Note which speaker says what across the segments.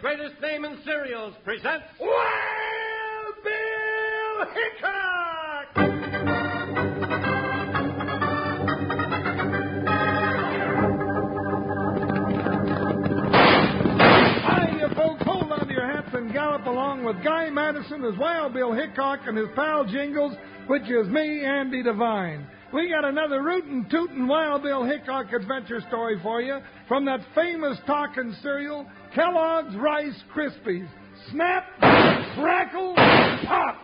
Speaker 1: greatest name in cereals, presents
Speaker 2: Wild Bill Hickok!
Speaker 3: Hi, you folks, hold on to your hats and gallop along with Guy Madison as Wild Bill Hickok and his pal Jingles, which is me, Andy Devine. We got another rootin' tootin' Wild Bill Hickok adventure story for you from that famous talking cereal, Kellogg's Rice Krispies. Snap, crackle, pop!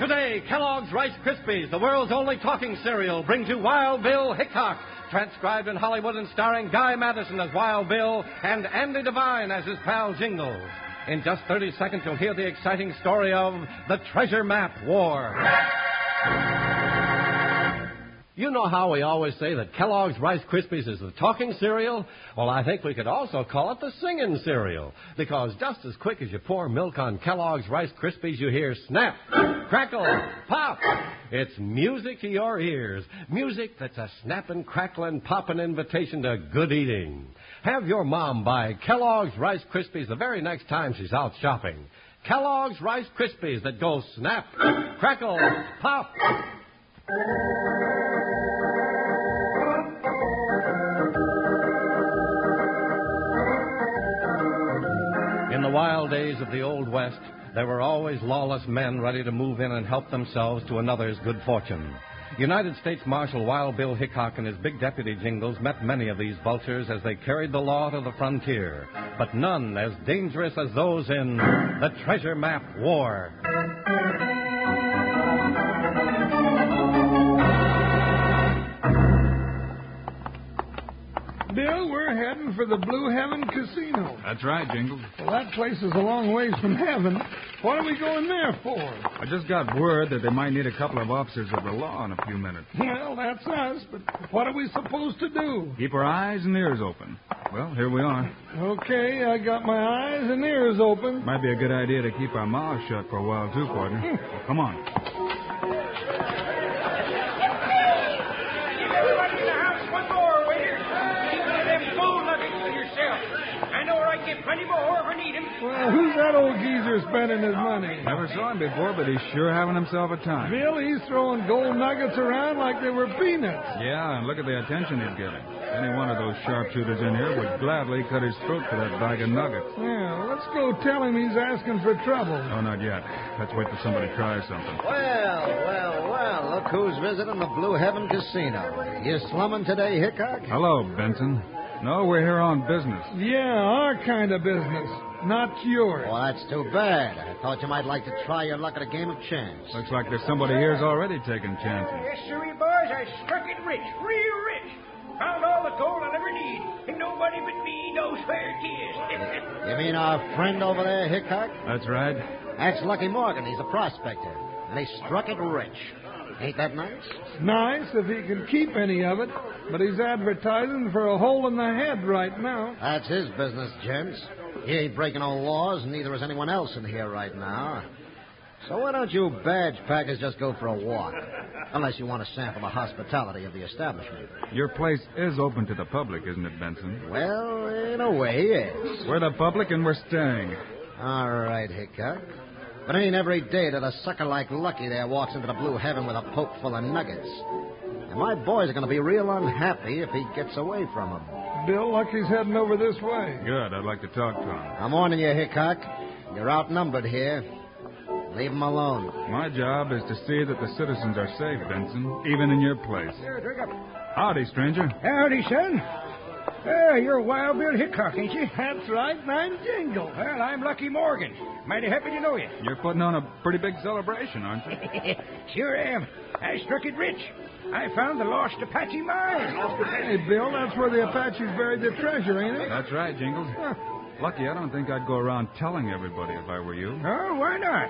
Speaker 1: today Kellogg's Rice Krispies, the world's only talking cereal, brings you Wild Bill Hickok, transcribed in Hollywood and starring Guy Madison as Wild Bill and Andy Devine as his pal Jingles. In just 30 seconds, you'll hear the exciting story of the Treasure Map War. You know how we always say that Kellogg's Rice Krispies is the talking cereal? Well, I think we could also call it the singing cereal. Because just as quick as you pour milk on Kellogg's Rice Krispies, you hear snap, crackle, pop. It's music to your ears. Music that's a snappin', cracklin', poppin' invitation to good eating. Have your mom buy Kellogg's Rice Krispies the very next time she's out shopping. Kellogg's Rice Krispies that go snap, crackle, pop. In the wild days of the Old West, there were always lawless men ready to move in and help themselves to another's good fortune. United States Marshal Wild Bill Hickok and his big deputy Jingles met many of these vultures as they carried the law to the frontier, but none as dangerous as those in the Treasure Map War.
Speaker 3: Bill, we're heading for the Blue Heaven Casino.
Speaker 4: That's right, Jingles.
Speaker 3: Well, that place is a long ways from heaven. What are we going there for?
Speaker 4: I just got word that they might need a couple of officers of the law in a few minutes.
Speaker 3: Well, that's us, but what are we supposed to do?
Speaker 4: Keep our eyes and ears open. Well, here we are.
Speaker 3: Okay, I got my eyes and ears open.
Speaker 4: Might be a good idea to keep our mouths shut for a while, too, partner. Come on.
Speaker 2: Everybody in the house, one more, waiter. Keep one of them gold nuggets for yourself. I know where I can get plenty more if I need 'em.
Speaker 3: Well, who's that old geezer spending his money?
Speaker 4: Never saw him before, but he's sure having himself a time.
Speaker 3: Bill, he's throwing gold nuggets around like they were peanuts.
Speaker 4: Yeah, and look at the attention he's getting. Any one of those sharpshooters in here would gladly cut his throat for that bag of nuggets.
Speaker 3: Yeah, let's go tell him he's asking for trouble.
Speaker 4: Oh, not yet. Let's wait till somebody tries something.
Speaker 5: Well, well, well, look who's visiting the Blue Heaven Casino. You slumming today, Hickok?
Speaker 1: Oh.
Speaker 4: Hello, Benson. No, we're here on business.
Speaker 3: Yeah, our kind of business, not yours.
Speaker 5: Well, that's too bad. I thought you might like to try your luck at a game of chance.
Speaker 1: Uh,
Speaker 4: Looks like there's somebody here's already taking chances.
Speaker 2: Yes, sirree, boys, I struck it rich, real rich. Found all the gold I'll ever need, and nobody but me knows where it is.
Speaker 5: You mean our friend over there, Hickok?
Speaker 4: That's right.
Speaker 5: That's Lucky Morgan. He's a prospector. And he struck it rich. Ain't that nice?
Speaker 3: Nice if he can keep any of it, but he's advertising for a hole in the head right now.
Speaker 5: That's his business, gents. He ain't breaking no laws, and neither is anyone else in here right now. So why don't you badge packers just go for a walk? Unless you want to sample the hospitality of the establishment.
Speaker 4: Your place is open to the public, isn't it, Benson?
Speaker 5: Well, in a way, yes.
Speaker 4: We're the public and we're staying.
Speaker 5: All right, Hickok. But it ain't every day that a sucker like Lucky there walks into the blue heaven with a poke full of nuggets. And my boys are going to be real unhappy if he gets away from 'em.
Speaker 3: Bill, Lucky's heading over this way.
Speaker 4: Good. I'd like to talk to him.
Speaker 5: I'm warning you, Hickok. You're outnumbered here. Leave 'em alone.
Speaker 4: My job is to see that the citizens are safe, Benson, even in your place. Howdy, stranger.
Speaker 2: Howdy, son. Oh, you're Wild Bill Hickok, ain't you?
Speaker 3: That's right, and I'm Jingle.
Speaker 2: Well, I'm Lucky Morgan. Mighty happy to know you.
Speaker 4: You're putting on a pretty big celebration, aren't you?
Speaker 2: sure am. I struck it rich. I found the lost Apache mine.
Speaker 3: Hey, Bill, that's where the Apaches buried their treasure, ain't it?
Speaker 4: That's right, Jingles. Lucky, I don't think I'd go around telling everybody if I were you.
Speaker 2: Oh, why not?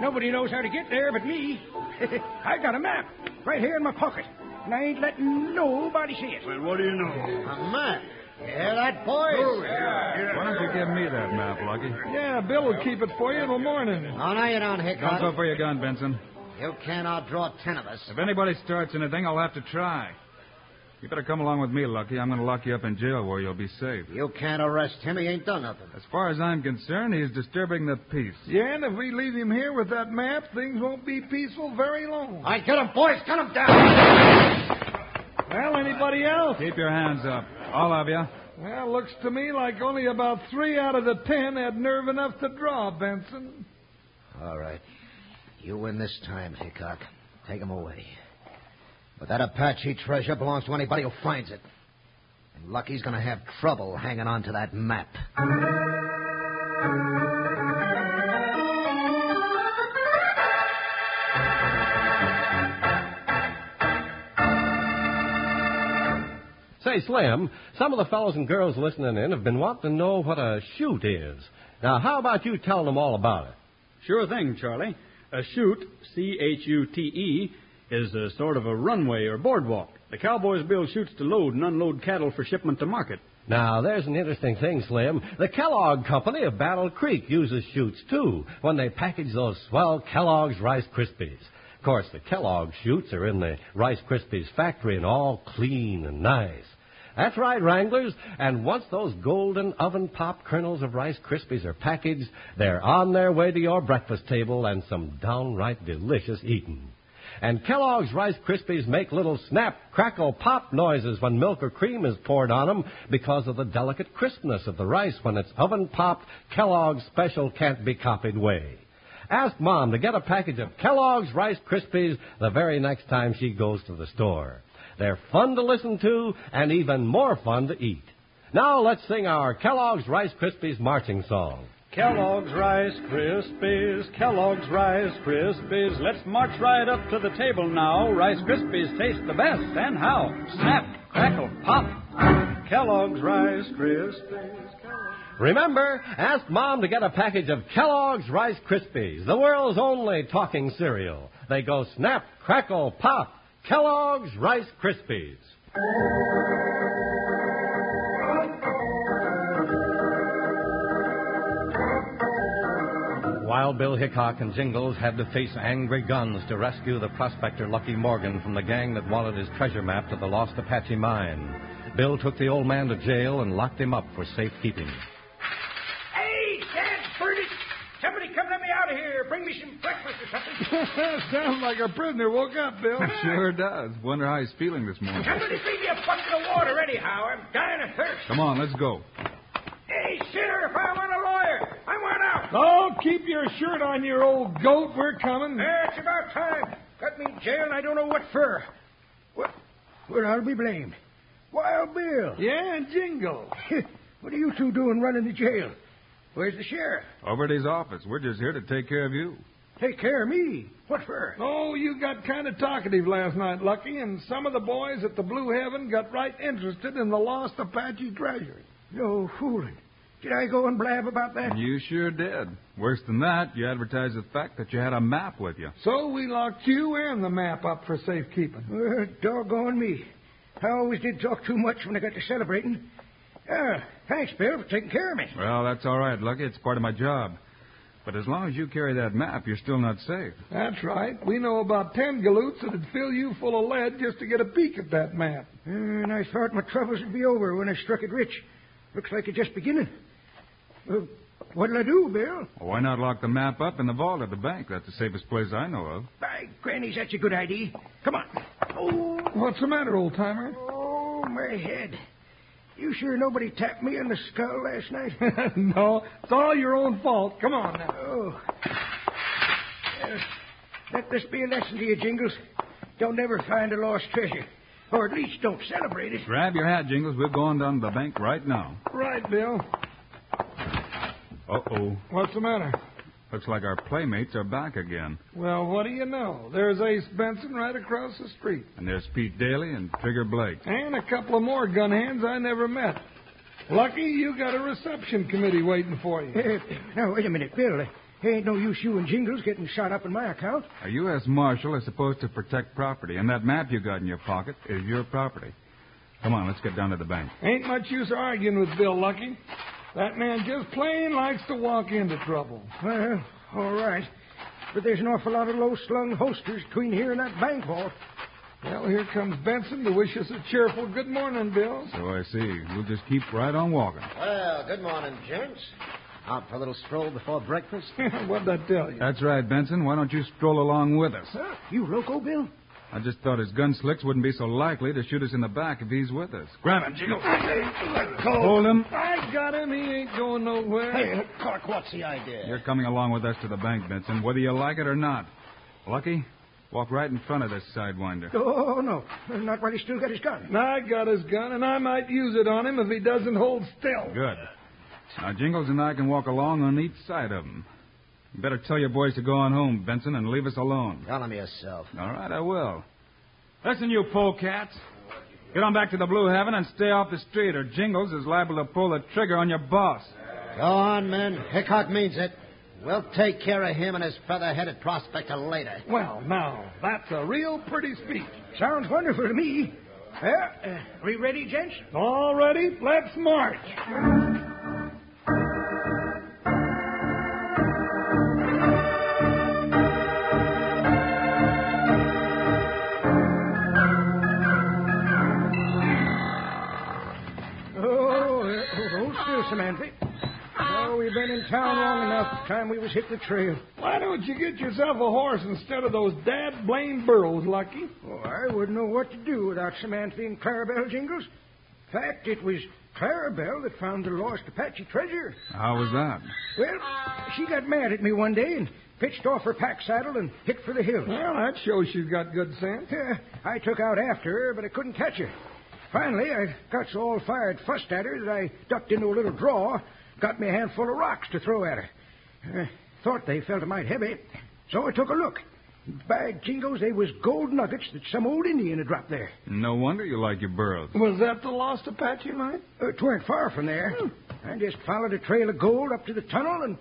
Speaker 2: Nobody knows how to get there but me. I got a map right here in my pocket, and I ain't letting nobody see it.
Speaker 4: What do you know? Oh,
Speaker 5: A map. Uh, You hear that, boys?
Speaker 4: Why don't you give me that map, Lucky?
Speaker 3: Yeah, Bill will keep it for you till morning.
Speaker 5: Oh, no, you don't,
Speaker 4: Don't go
Speaker 5: Hickok.
Speaker 4: for your gun, Benson.
Speaker 5: You can't outdraw ten of us.
Speaker 4: If anybody starts anything, I'll have to try. You better come along with me, Lucky. I'm going to lock you up in jail where you'll be safe.
Speaker 5: You can't arrest him. He ain't done nothing.
Speaker 4: As far as I'm concerned, he's disturbing the peace.
Speaker 3: Yeah, and if we leave him here with that map, things won't be peaceful very long.
Speaker 5: I get him, boys. Cut him down.
Speaker 3: Well, anybody else?
Speaker 4: Keep your hands up, all of you.
Speaker 3: Well, looks to me like only about three out of the ten had nerve enough to draw, Benson.
Speaker 5: All right. You win this time, Hickok. Take him away. But that Apache treasure belongs to anybody who finds it. And Lucky's going to have trouble hanging on to that map.
Speaker 1: Say, Slim, some of the fellows and girls listening in have been wanting to know what a shoot is. Now, how about you telling them all about it?
Speaker 6: Sure thing, Charlie. A chute, C H U T E, is a sort of a runway or boardwalk. The cowboys build chutes to load and unload cattle for shipment to market.
Speaker 1: Now, there's an interesting thing, Slim. The Kellogg Company of Battle Creek uses chutes, too, when they package those swell Kellogg's Rice Krispies. Of course, the Kellogg chutes are in the Rice Krispies factory and all clean and nice. That's right, Wranglers. And once those golden oven pop kernels of Rice Krispies are packaged, they're on their way to your breakfast table and some downright delicious eating. And Kellogg's Rice Krispies make little snap, crackle, pop noises when milk or cream is poured on them because of the delicate crispness of the rice when it's oven popped Kellogg's special can't be copied way. Ask Mom to get a package of Kellogg's Rice Krispies the very next time she goes to the store. They're fun to listen to and even more fun to eat. Now let's sing our Kellogg's Rice Krispies marching song.
Speaker 6: Kellogg's Rice Krispies, Kellogg's Rice Krispies. Let's march right up to the table now. Rice Krispies taste the best, and how? Snap, crackle, pop. Kellogg's Rice Krispies.
Speaker 1: Remember, ask Mom to get a package of Kellogg's Rice Krispies, the world's only talking cereal. They go snap, crackle, pop. Kellogg's Rice Krispies.
Speaker 7: While Bill Hickok and Jingles had to face angry guns to rescue the prospector Lucky Morgan from the gang that wanted his treasure map to the lost Apache mine, Bill took the old man to jail and locked him up for safekeeping.
Speaker 2: Hey, Dad, Bertie! Somebody come let me out of here. Bring me some breakfast or something.
Speaker 3: Sounds like a prisoner woke up, Bill.
Speaker 4: Sure does. Wonder how he's feeling this morning.
Speaker 2: Somebody feed me a bucket of water anyhow. I'm dying of thirst.
Speaker 4: Come on, let's go.
Speaker 2: Hey, sheriff, I want a lawyer. I want out.
Speaker 3: Oh, keep your shirt on, you old goat. We're coming.
Speaker 2: Yeah, it's about time. Got me in jail and I don't know what for. Well, well I'll be blamed. Wild Bill.
Speaker 3: Yeah, and Jingle.
Speaker 2: what are you two doing running the jail? Where's the sheriff?
Speaker 4: Over at his office. We're just here to take care of you.
Speaker 2: Take care of me. What for?
Speaker 3: Oh, you got kind of talkative last night, Lucky, and some of the boys at the Blue Heaven got right interested in the lost Apache treasure.
Speaker 2: No fooling. Did I go and blab about that?
Speaker 4: You sure did. Worse than that, you advertised the fact that you had a map with you.
Speaker 3: So we locked you and the map up for safekeeping.
Speaker 2: Well, Uh, doggone me. I always did talk too much when I got to celebrating. Ah, thanks, Bill, for taking care of me.
Speaker 4: Well, that's all right, Lucky. It's part of my job. But as long as you carry that map, you're still not safe.
Speaker 3: That's right. We know about ten galoots that'd fill you full of lead just to get a peek at that map.
Speaker 2: Uh, And I thought my troubles would be over when I struck it rich. Looks like it's just beginning. Well, what'll I do, Bill?
Speaker 4: Well, why not lock the map up in the vault at the bank? That's the safest place I know of.
Speaker 2: By grannies, that's a good idea. Come on. Oh,
Speaker 3: What's the matter, old timer?
Speaker 2: oh, my head. You sure nobody tapped me on the skull last night?
Speaker 3: no, it's all your own fault. Come on now.
Speaker 2: oh. Uh, let this be a lesson to you, Jingles. Don't ever find a lost treasure. Or at least don't celebrate it.
Speaker 4: Grab your hat, Jingles. We're going down to the bank right now.
Speaker 3: Right, Bill.
Speaker 4: Uh oh.
Speaker 3: What's the matter?
Speaker 4: Looks like our playmates are back again.
Speaker 3: Well, what do you know? There's Ace Benson right across the street.
Speaker 4: And there's Pete Daly and Trigger Blake.
Speaker 3: And a couple of more gun hands I never met. Lucky you got a reception committee waiting for you.
Speaker 2: Uh, now, wait a minute, Bill. There ain't no use you and Jingles getting shot up in my account.
Speaker 4: A U.S. Marshal is supposed to protect property, and that map you got in your pocket is your property. Come on, let's get down to the bank.
Speaker 3: Ain't much use arguing with Bill Lucky. That man just plain likes to walk into trouble.
Speaker 2: Well, all right. But there's an awful lot of low slung holsters between here and that bank vault.
Speaker 3: Well, here comes Benson to wish us a cheerful good morning, Bill.
Speaker 4: So Oh, I see. We'll just keep right on walking.
Speaker 5: Well, good morning, gents. Out for a little stroll before breakfast?
Speaker 3: What'd I tell you?
Speaker 4: That's right, Benson. Why don't you stroll along with us?
Speaker 2: You Rocco, Bill?
Speaker 4: I just thought his gun slicks wouldn't be so likely to shoot us in the back if he's with us.
Speaker 2: Grab him, Jingle.
Speaker 4: Hold him.
Speaker 3: I got him. He ain't going nowhere.
Speaker 5: Hey, Clark, what's the idea?
Speaker 4: You're coming along with us to the bank, Benson, whether you like it or not. Lucky, walk right in front of this sidewinder.
Speaker 2: Oh, no. Not while he's still got his gun.
Speaker 3: I got his gun, and I might use it on him if he doesn't hold still.
Speaker 4: Good. Now, Jingles and I can walk along on each side of him. Better tell your boys to go on home, Benson, and leave us alone.
Speaker 5: Tell him yourself.
Speaker 4: All right, I will. Listen, you polecats. Get on back to the Blue Heaven and stay off the street, or Jingles is liable to pull the trigger on your boss.
Speaker 5: Go on, men. Hickok means it. We'll take care of him and his feather-headed prospector later.
Speaker 3: Well, now, that's a real pretty speech.
Speaker 2: Sounds wonderful to me. Well, uh, we ready, gents?
Speaker 3: All ready? Let's march.
Speaker 2: Oh, uh, hold still, Samantha. Oh, we've been in town long enough. Time we was hit the trail.
Speaker 3: Why don't you get yourself a horse instead of those dad blamed burros, Lucky?
Speaker 2: Oh, I wouldn't know what to do without Samantha and Clarabelle Jingles. Fact, it was Clarabelle that found the lost Apache treasure.
Speaker 4: How was that?
Speaker 2: Well, she got mad at me one day and pitched off her pack saddle and hit for the hills.
Speaker 3: Well, that shows she's got good sense.
Speaker 2: Yeah, Uh, I took out after her, but I couldn't catch her. Finally, I got so all fired fussed at her that I ducked into a little draw, got me a handful of rocks to throw at her. Uh, thought they felt a mite heavy, so I took a look. By jingles, they was gold nuggets that some old Indian had dropped there.
Speaker 4: No wonder you like your burros.
Speaker 3: Was that the lost Apache mine?
Speaker 2: Uh, it weren't far from there. I just followed a trail of gold up to the tunnel, and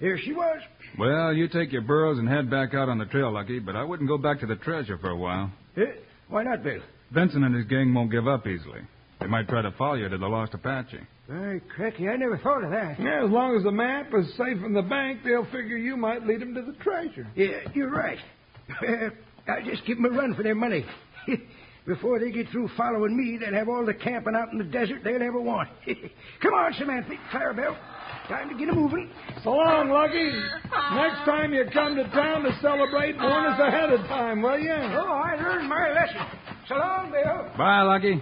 Speaker 2: there she was.
Speaker 4: Well, you take your burros and head back out on the trail, Lucky, but I wouldn't go back to the treasure for a while.
Speaker 2: Uh, why not, Bill?
Speaker 4: Benson and his gang won't give up easily. They might try to follow you to the Lost Apache.
Speaker 2: Hey, cracky, I never thought of that.
Speaker 3: Yeah, as long as the map is safe in the bank, they'll figure you might lead them to the treasure.
Speaker 2: Yeah, you're right. I'll just give 'em a run for their money. Before they get through following me, they'll have all the camping out in the desert they'll ever want. Come on, Samantha, Clarabelle. Time to get 'em moving.
Speaker 3: So long, Lucky. Next time you come to town to celebrate, warn us ahead of time, will you?
Speaker 2: Oh, I learned my lesson. So long, Bill.
Speaker 4: Bye, Lucky.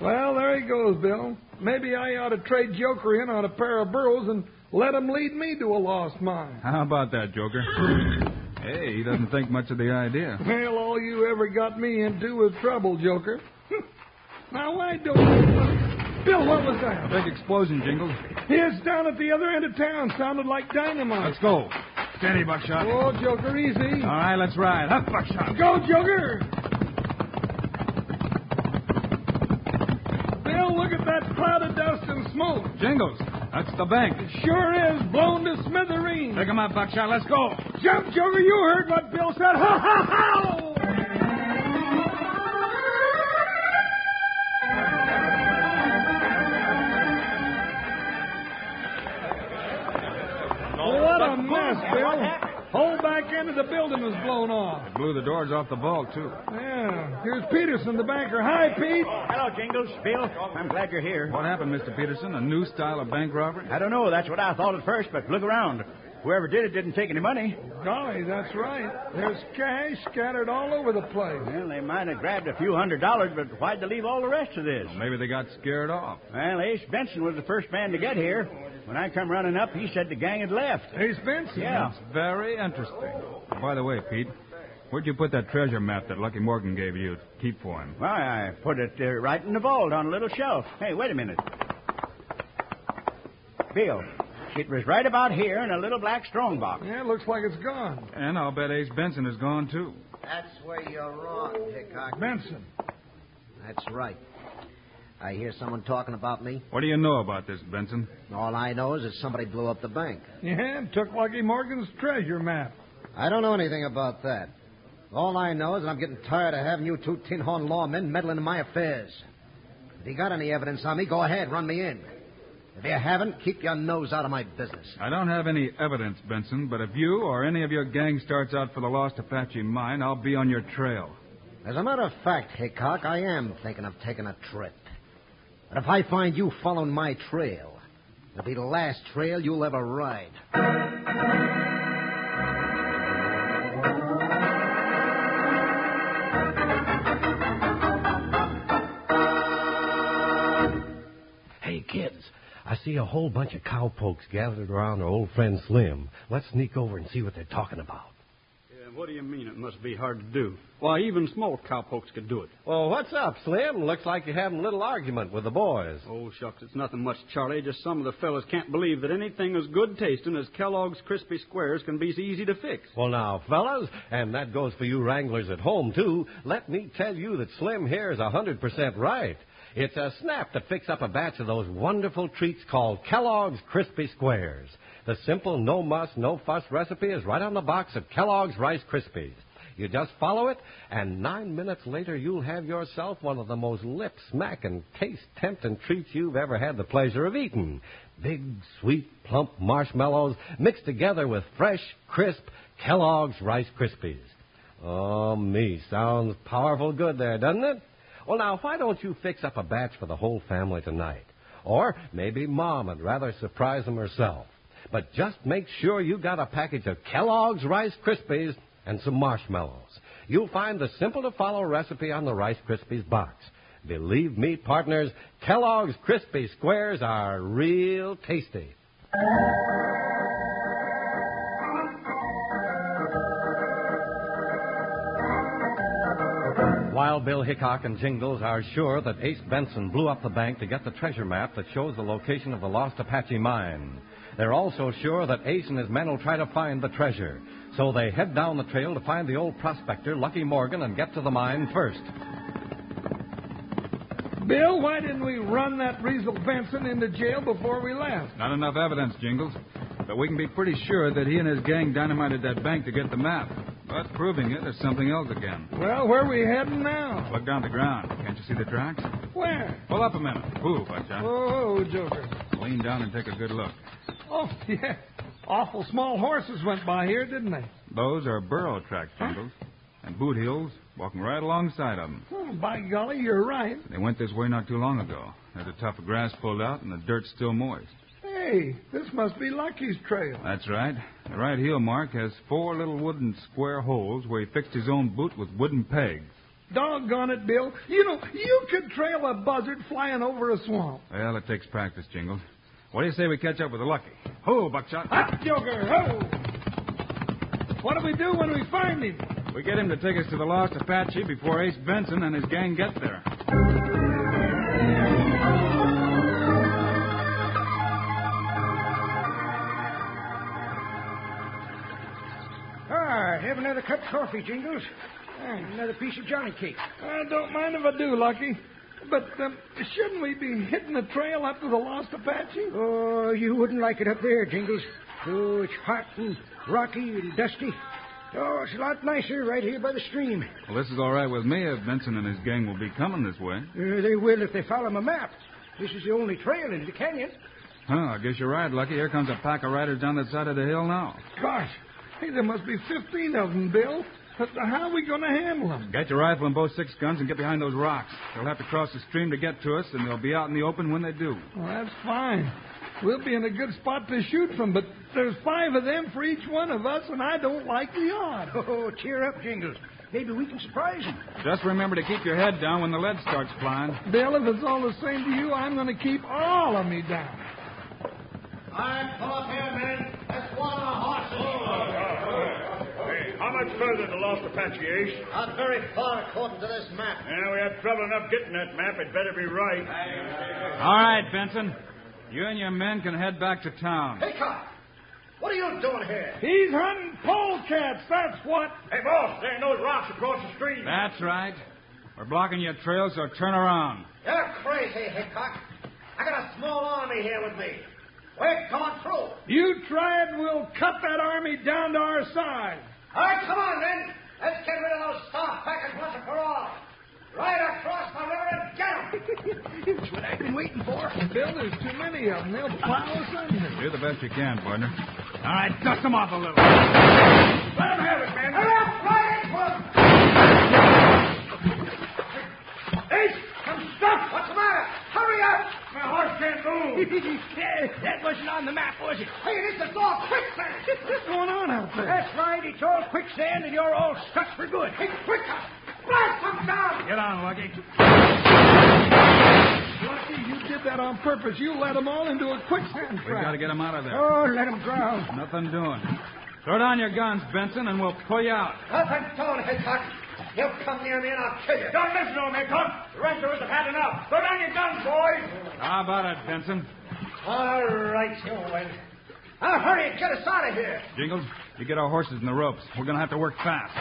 Speaker 3: Well, there he goes, Bill. Maybe I ought to trade Joker in on a pair of burros and let him lead me to a lost mine.
Speaker 4: How about that, Joker? Hey, he doesn't think much of the idea.
Speaker 3: Hell, all you ever got me into was trouble, Joker. now, why don't you... Bill, what was that?
Speaker 4: Big explosion, Jingles.
Speaker 3: It's down at the other end of town. Sounded like dynamite.
Speaker 4: Let's go. Steady, Buckshot. All
Speaker 3: Oh, Joker, easy.
Speaker 4: right, let's ride. Up, Buckshot.
Speaker 3: Go, Joker! Bill, look at that cloud of dust and smoke.
Speaker 4: Jingles, that's the bank.
Speaker 3: Sure is blown to smithereens.
Speaker 4: Pick him up, Buckshot. Let's go.
Speaker 3: Jump, Joker, you heard what Bill said. Ha, ha, ha! What a mess, Bill. Whole back end of the building was blown off.
Speaker 4: Blew the doors off the vault, too.
Speaker 3: Yeah. Here's Peterson, the banker. Hi, Pete.
Speaker 8: Hello, Jingles. Bill, I'm glad you're here.
Speaker 4: What happened, Mr. Peterson? A new style of bank robbery?
Speaker 8: I don't know. That's what I thought at first, but look around. Whoever did it didn't take any money.
Speaker 3: Golly, that's right. There's cash scattered all over the place.
Speaker 8: Well, they might have grabbed a few hundred dollars, but why'd they leave all the rest of this?
Speaker 4: Maybe they got scared off.
Speaker 8: Well, Ace Benson was the first man to get here. When I come running up, he said the gang had left.
Speaker 3: Ace Benson.
Speaker 8: Yeah.
Speaker 4: That's very interesting. By the way, Pete, where'd you put that treasure map that Lucky Morgan gave you to keep for him?
Speaker 8: Why, I put it uh, right in the vault on a little shelf. Hey, wait a minute. Bill, it was right about here in a little black strong box.
Speaker 3: Yeah, looks like it's gone.
Speaker 4: And I'll bet Ace Benson is gone, too.
Speaker 5: That's where you're wrong, Hickok.
Speaker 3: Benson.
Speaker 5: That's right. I hear someone talking about me.
Speaker 4: What do you know about this, Benson?
Speaker 5: All I know is that somebody blew up the bank.
Speaker 3: Yeah, and took Lucky Morgan's treasure map.
Speaker 5: I don't know anything about that. All I know is that I'm getting tired of having you two tin horn lawmen meddling in my affairs. If you got any evidence on me, go ahead, run me in. If you haven't, keep your nose out of my business.
Speaker 4: I don't have any evidence, Benson, but if you or any of your gang starts out for the lost Apache mine, I'll be on your trail.
Speaker 5: As a matter of fact, Hickok, I am thinking of taking a trip. But if I find you following my trail, it'll be the last trail you'll ever ride.
Speaker 1: Hey, kids, I see a whole bunch of cowpokes gathered around our old friend Slim. Let's sneak over and see what they're talking about.
Speaker 6: what do you mean it must be hard to do? Why, even small cowpokes could do it.
Speaker 1: Well, what's up, Slim? Looks like you're having a little argument with the boys.
Speaker 6: Oh, shucks, it's nothing much, Charlie. Just some of the fellas can't believe that anything as good tasting as Kellogg's Crispy Squares can be as easy to fix.
Speaker 1: Well, now, fellas, and that goes for you wranglers at home, too, let me tell you that Slim here is 100% right. It's a snap to fix up a batch of those wonderful treats called Kellogg's Crispy Squares. The simple, no muss, no fuss recipe is right on the box of Kellogg's Rice Krispies. You just follow it, and nine minutes later, you'll have yourself one of the most lip smacking, taste tempting treats you've ever had the pleasure of eating. Big, sweet, plump marshmallows mixed together with fresh, crisp Kellogg's Rice Krispies. Oh, me, sounds powerful good there, doesn't it? Well, now, why don't you fix up a batch for the whole family tonight? Or maybe Mom would rather surprise them herself. But just make sure you got a package of Kellogg's Rice Krispies and some marshmallows. You'll find the simple to follow recipe on the Rice Krispies box. Believe me, partners, Kellogg's Crispy Squares are real tasty.
Speaker 7: Wild Bill Hickok and Jingles are sure that Ace Benson blew up the bank to get the treasure map that shows the location of the lost Apache mine. They're also sure that Ace and his men will try to find the treasure. So they head down the trail to find the old prospector, Lucky Morgan, and get to the mine first.
Speaker 3: Bill, why didn't we run that Riesel Benson into jail before we left?
Speaker 4: Not enough evidence, Jingles. But we can be pretty sure that he and his gang dynamited that bank to get the map. But proving it is something else again.
Speaker 3: Well, where we heading now?
Speaker 4: Look down the ground. Can't you see the tracks?
Speaker 3: Where?
Speaker 4: Pull up a minute. Move, like that.
Speaker 3: Oh, Joker.
Speaker 4: Lean down and take a good look.
Speaker 3: Oh, yeah. Awful small horses went by here, didn't they?
Speaker 4: Those are burro tracks, Jingles. And boot heels walking right alongside of them.
Speaker 3: Oh, by golly, you're right.
Speaker 4: They went this way not too long ago. There's a tuft of grass pulled out and the dirt's still moist.
Speaker 3: Hey, this must be Lucky's trail.
Speaker 4: That's right. The right heel mark has four little wooden square holes where he fixed his own boot with wooden pegs.
Speaker 3: Doggone it, Bill. You know, you could trail a buzzard flying over a swamp.
Speaker 4: Well, it takes practice, Jingles. What do you say we catch up with the lucky? Ho, Buckshot.
Speaker 3: Hop, Joker, ho! What do we do when we find him?
Speaker 4: We get him to take us to the lost Apache before Ace Benson and his gang get there.
Speaker 2: Ah, have another cup of coffee, Jingles. Ah, And another piece of Johnny cake.
Speaker 3: I don't mind if I do, Lucky. But um, shouldn't we be hitting the trail after the lost Apache?
Speaker 2: Oh, you wouldn't like it up there, Jingles. Oh, it's hot and rocky and dusty. Oh, it's a lot nicer right here by the stream.
Speaker 4: Well, this is all right with me if Benson and his gang will be coming this way.
Speaker 2: Uh, they will if they follow my map. This is the only trail into the canyon.
Speaker 4: Huh, I guess you're right, Lucky. Here comes a pack of riders down that side of the hill now.
Speaker 3: Gosh, hey, there must be 15 of them, Bill. But how are we going to handle them?
Speaker 4: Get your rifle and both six guns and get behind those rocks. They'll have to cross the stream to get to us, and they'll be out in the open when they do.
Speaker 3: Well, that's fine. We'll be in a good spot to shoot from, but there's five of them for each one of us, and I don't like the odds.
Speaker 2: Oh, cheer up, Jingles. Maybe we can surprise them.
Speaker 4: Just remember to keep your head down when the lead starts flying.
Speaker 3: Bill, if it's all the same to you, I'm going to keep all of me down.
Speaker 5: All right, pull up here, men. That's one on a
Speaker 9: Hey, how much further to Lost Apache, Ace?
Speaker 5: Not very far according to this map.
Speaker 9: Yeah, we had trouble enough getting that map. It better be right.
Speaker 4: All right, Benson. You and your men can head back to town.
Speaker 5: Hickok, what are you doing here?
Speaker 3: He's hunting polecats, that's what.
Speaker 9: Hey, boss, there ain't those rocks across the stream.
Speaker 4: That's right. We're blocking your trail, so turn around.
Speaker 5: You're crazy, Hickok. I got a small army here with me. We're coming through.
Speaker 3: You try it, and we'll cut that army down to our size.
Speaker 5: All right, come on, men. Let's get rid of those soft packers once and for all. Right across the river and get 'em.
Speaker 2: That's what I've been waiting for.
Speaker 3: Bill, there's too many of them. They'll plow us under.
Speaker 4: Do the best you can, partner. All right, dust them off a little.
Speaker 5: Hurry up, right into 'em.
Speaker 2: that wasn't on the map, was it? Hey, this is all quicksand. What's going on out there? That's right. It's all quicksand, and you're all stuck for good. Hey, quick up. Blast them down.
Speaker 4: Get on, Lucky.
Speaker 3: Lucky, you did that on purpose. You led them all into a quicksand
Speaker 4: We've got to
Speaker 3: trap.
Speaker 4: get him out of there.
Speaker 2: Oh, let them drown.
Speaker 4: Nothing doing. Throw down your guns, Benson, and we'll pull you out.
Speaker 2: Up and down, Hickok. You come near me, and I'll kill you.
Speaker 10: Don't listen to him, Hickok. The rest of us have had enough. Put down your guns, boys.
Speaker 4: How about it, Benson?
Speaker 2: All right, you win. Now, hurry and get us out of here.
Speaker 4: Jingles, you get our horses and the ropes. We're going to have to work fast.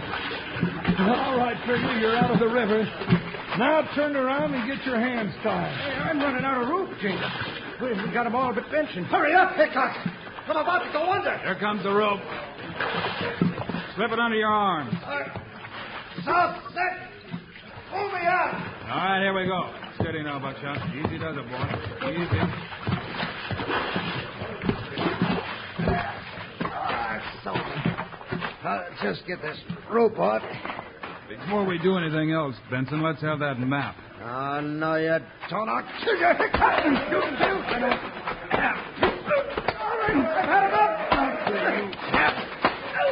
Speaker 3: All right, Trigger, you're out of the river. Now turn around and get your hands tied.
Speaker 2: Hey, I'm running out of rope, Jingles. We've got them all but Benson. Hurry up, Hickok. I'm about to go under.
Speaker 4: There comes the rope. Slip it under your arms.
Speaker 2: Uh, South set. Pull me out.
Speaker 4: All right, here we go. Steady now, Buckshot. Easy does it, boy. Easy.
Speaker 2: Ah, so. I'll just get this rope off.
Speaker 4: Before we do anything else, Benson, let's have that map.
Speaker 2: Ah,
Speaker 5: Oh, no, you
Speaker 2: Don't I'll kill you, Hickok. You do. I don't. Yeah. All right, I've had enough. I'll kill you.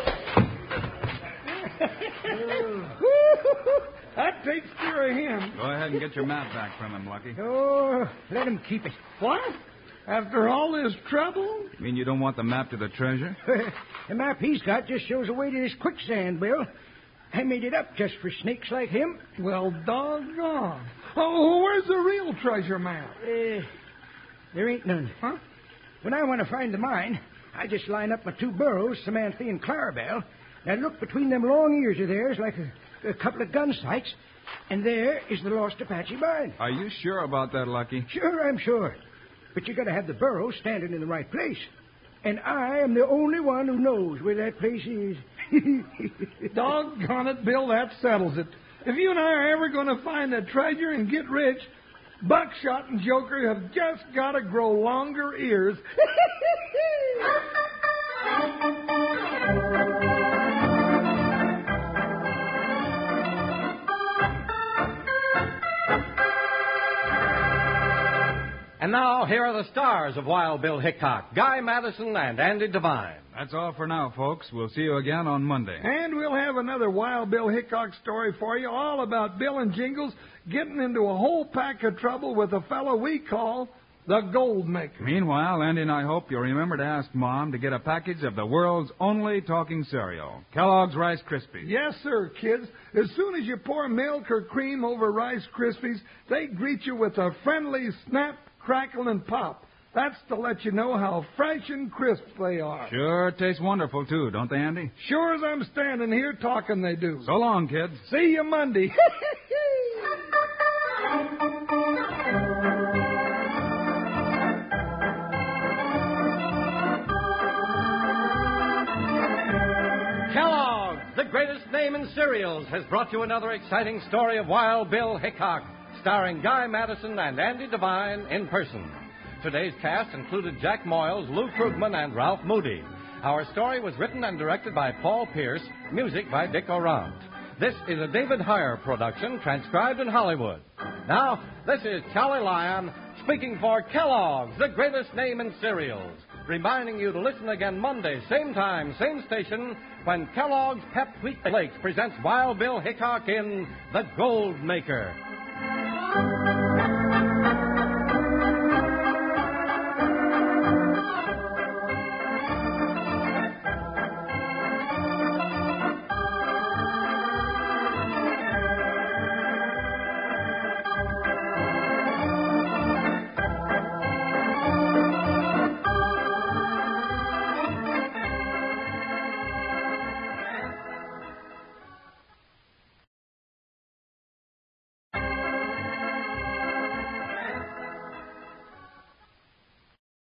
Speaker 3: That takes care of him.
Speaker 4: Go ahead and get your map back from him, Lucky.
Speaker 2: Oh, let him keep it.
Speaker 3: What? After all this trouble?
Speaker 4: Mean you don't want the map to the treasure?
Speaker 2: the map he's got just shows the way to this quicksand, Bill. I made it up just for snakes like him.
Speaker 3: Well, doggone. Oh, where's the real treasure map?
Speaker 2: Eh, there ain't none.
Speaker 3: Huh?
Speaker 2: When I want to find the mine, I just line up my two burros, Samantha and Clarabelle, and I look between them long ears of theirs like a, a couple of gun sights, and there is the lost Apache mine.
Speaker 4: Are you sure about that, Lucky?
Speaker 2: Sure, I'm sure. But you got to have the burros standing in the right place. And I am the only one who knows where that place is.
Speaker 3: Doggone it, Bill, that settles it. If you and I are ever going to find the treasure and get rich, Buckshot and Joker have just got to grow longer ears.
Speaker 1: And now, here are the stars of Wild Bill Hickok Guy Madison and Andy Devine.
Speaker 4: That's all for now, folks. We'll see you again on Monday.
Speaker 3: and we'll have another Wild Bill Hickok story for you, all about Bill and Jingles getting into a whole pack of trouble with a fellow we call the Gold Maker.
Speaker 4: Meanwhile, Andy and I hope you'll remember to ask Mom to get a package of the world's only talking cereal, Kellogg's Rice Krispies.
Speaker 3: Yes, sir, kids. As soon as you pour milk or cream over Rice Krispies, they greet you with a friendly snap, crackle, and pop. That's to let you know how fresh and crisp they are.
Speaker 4: Sure tastes wonderful, too, don't they, Andy?
Speaker 3: Sure as I'm standing here talking, they do.
Speaker 4: So long, kids.
Speaker 3: See you Monday.
Speaker 1: Kellogg's, the greatest name in cereals, has brought you another exciting story of Wild Bill Hickok, starring Guy Madison and Andy Devine in person. Today's cast included Jack Moyles, Lou Krugman, and Ralph Moody. Our story was written and directed by Paul Pierce, music by Dick Orant. This is a David Heyer production, transcribed in Hollywood. Now, this is Charlie Lyon speaking for Kellogg's, the greatest name in cereals, reminding you to listen again Monday, same time, same station, when Kellogg's Pep Wheat Flakes presents Wild Bill Hickok in The Gold Maker.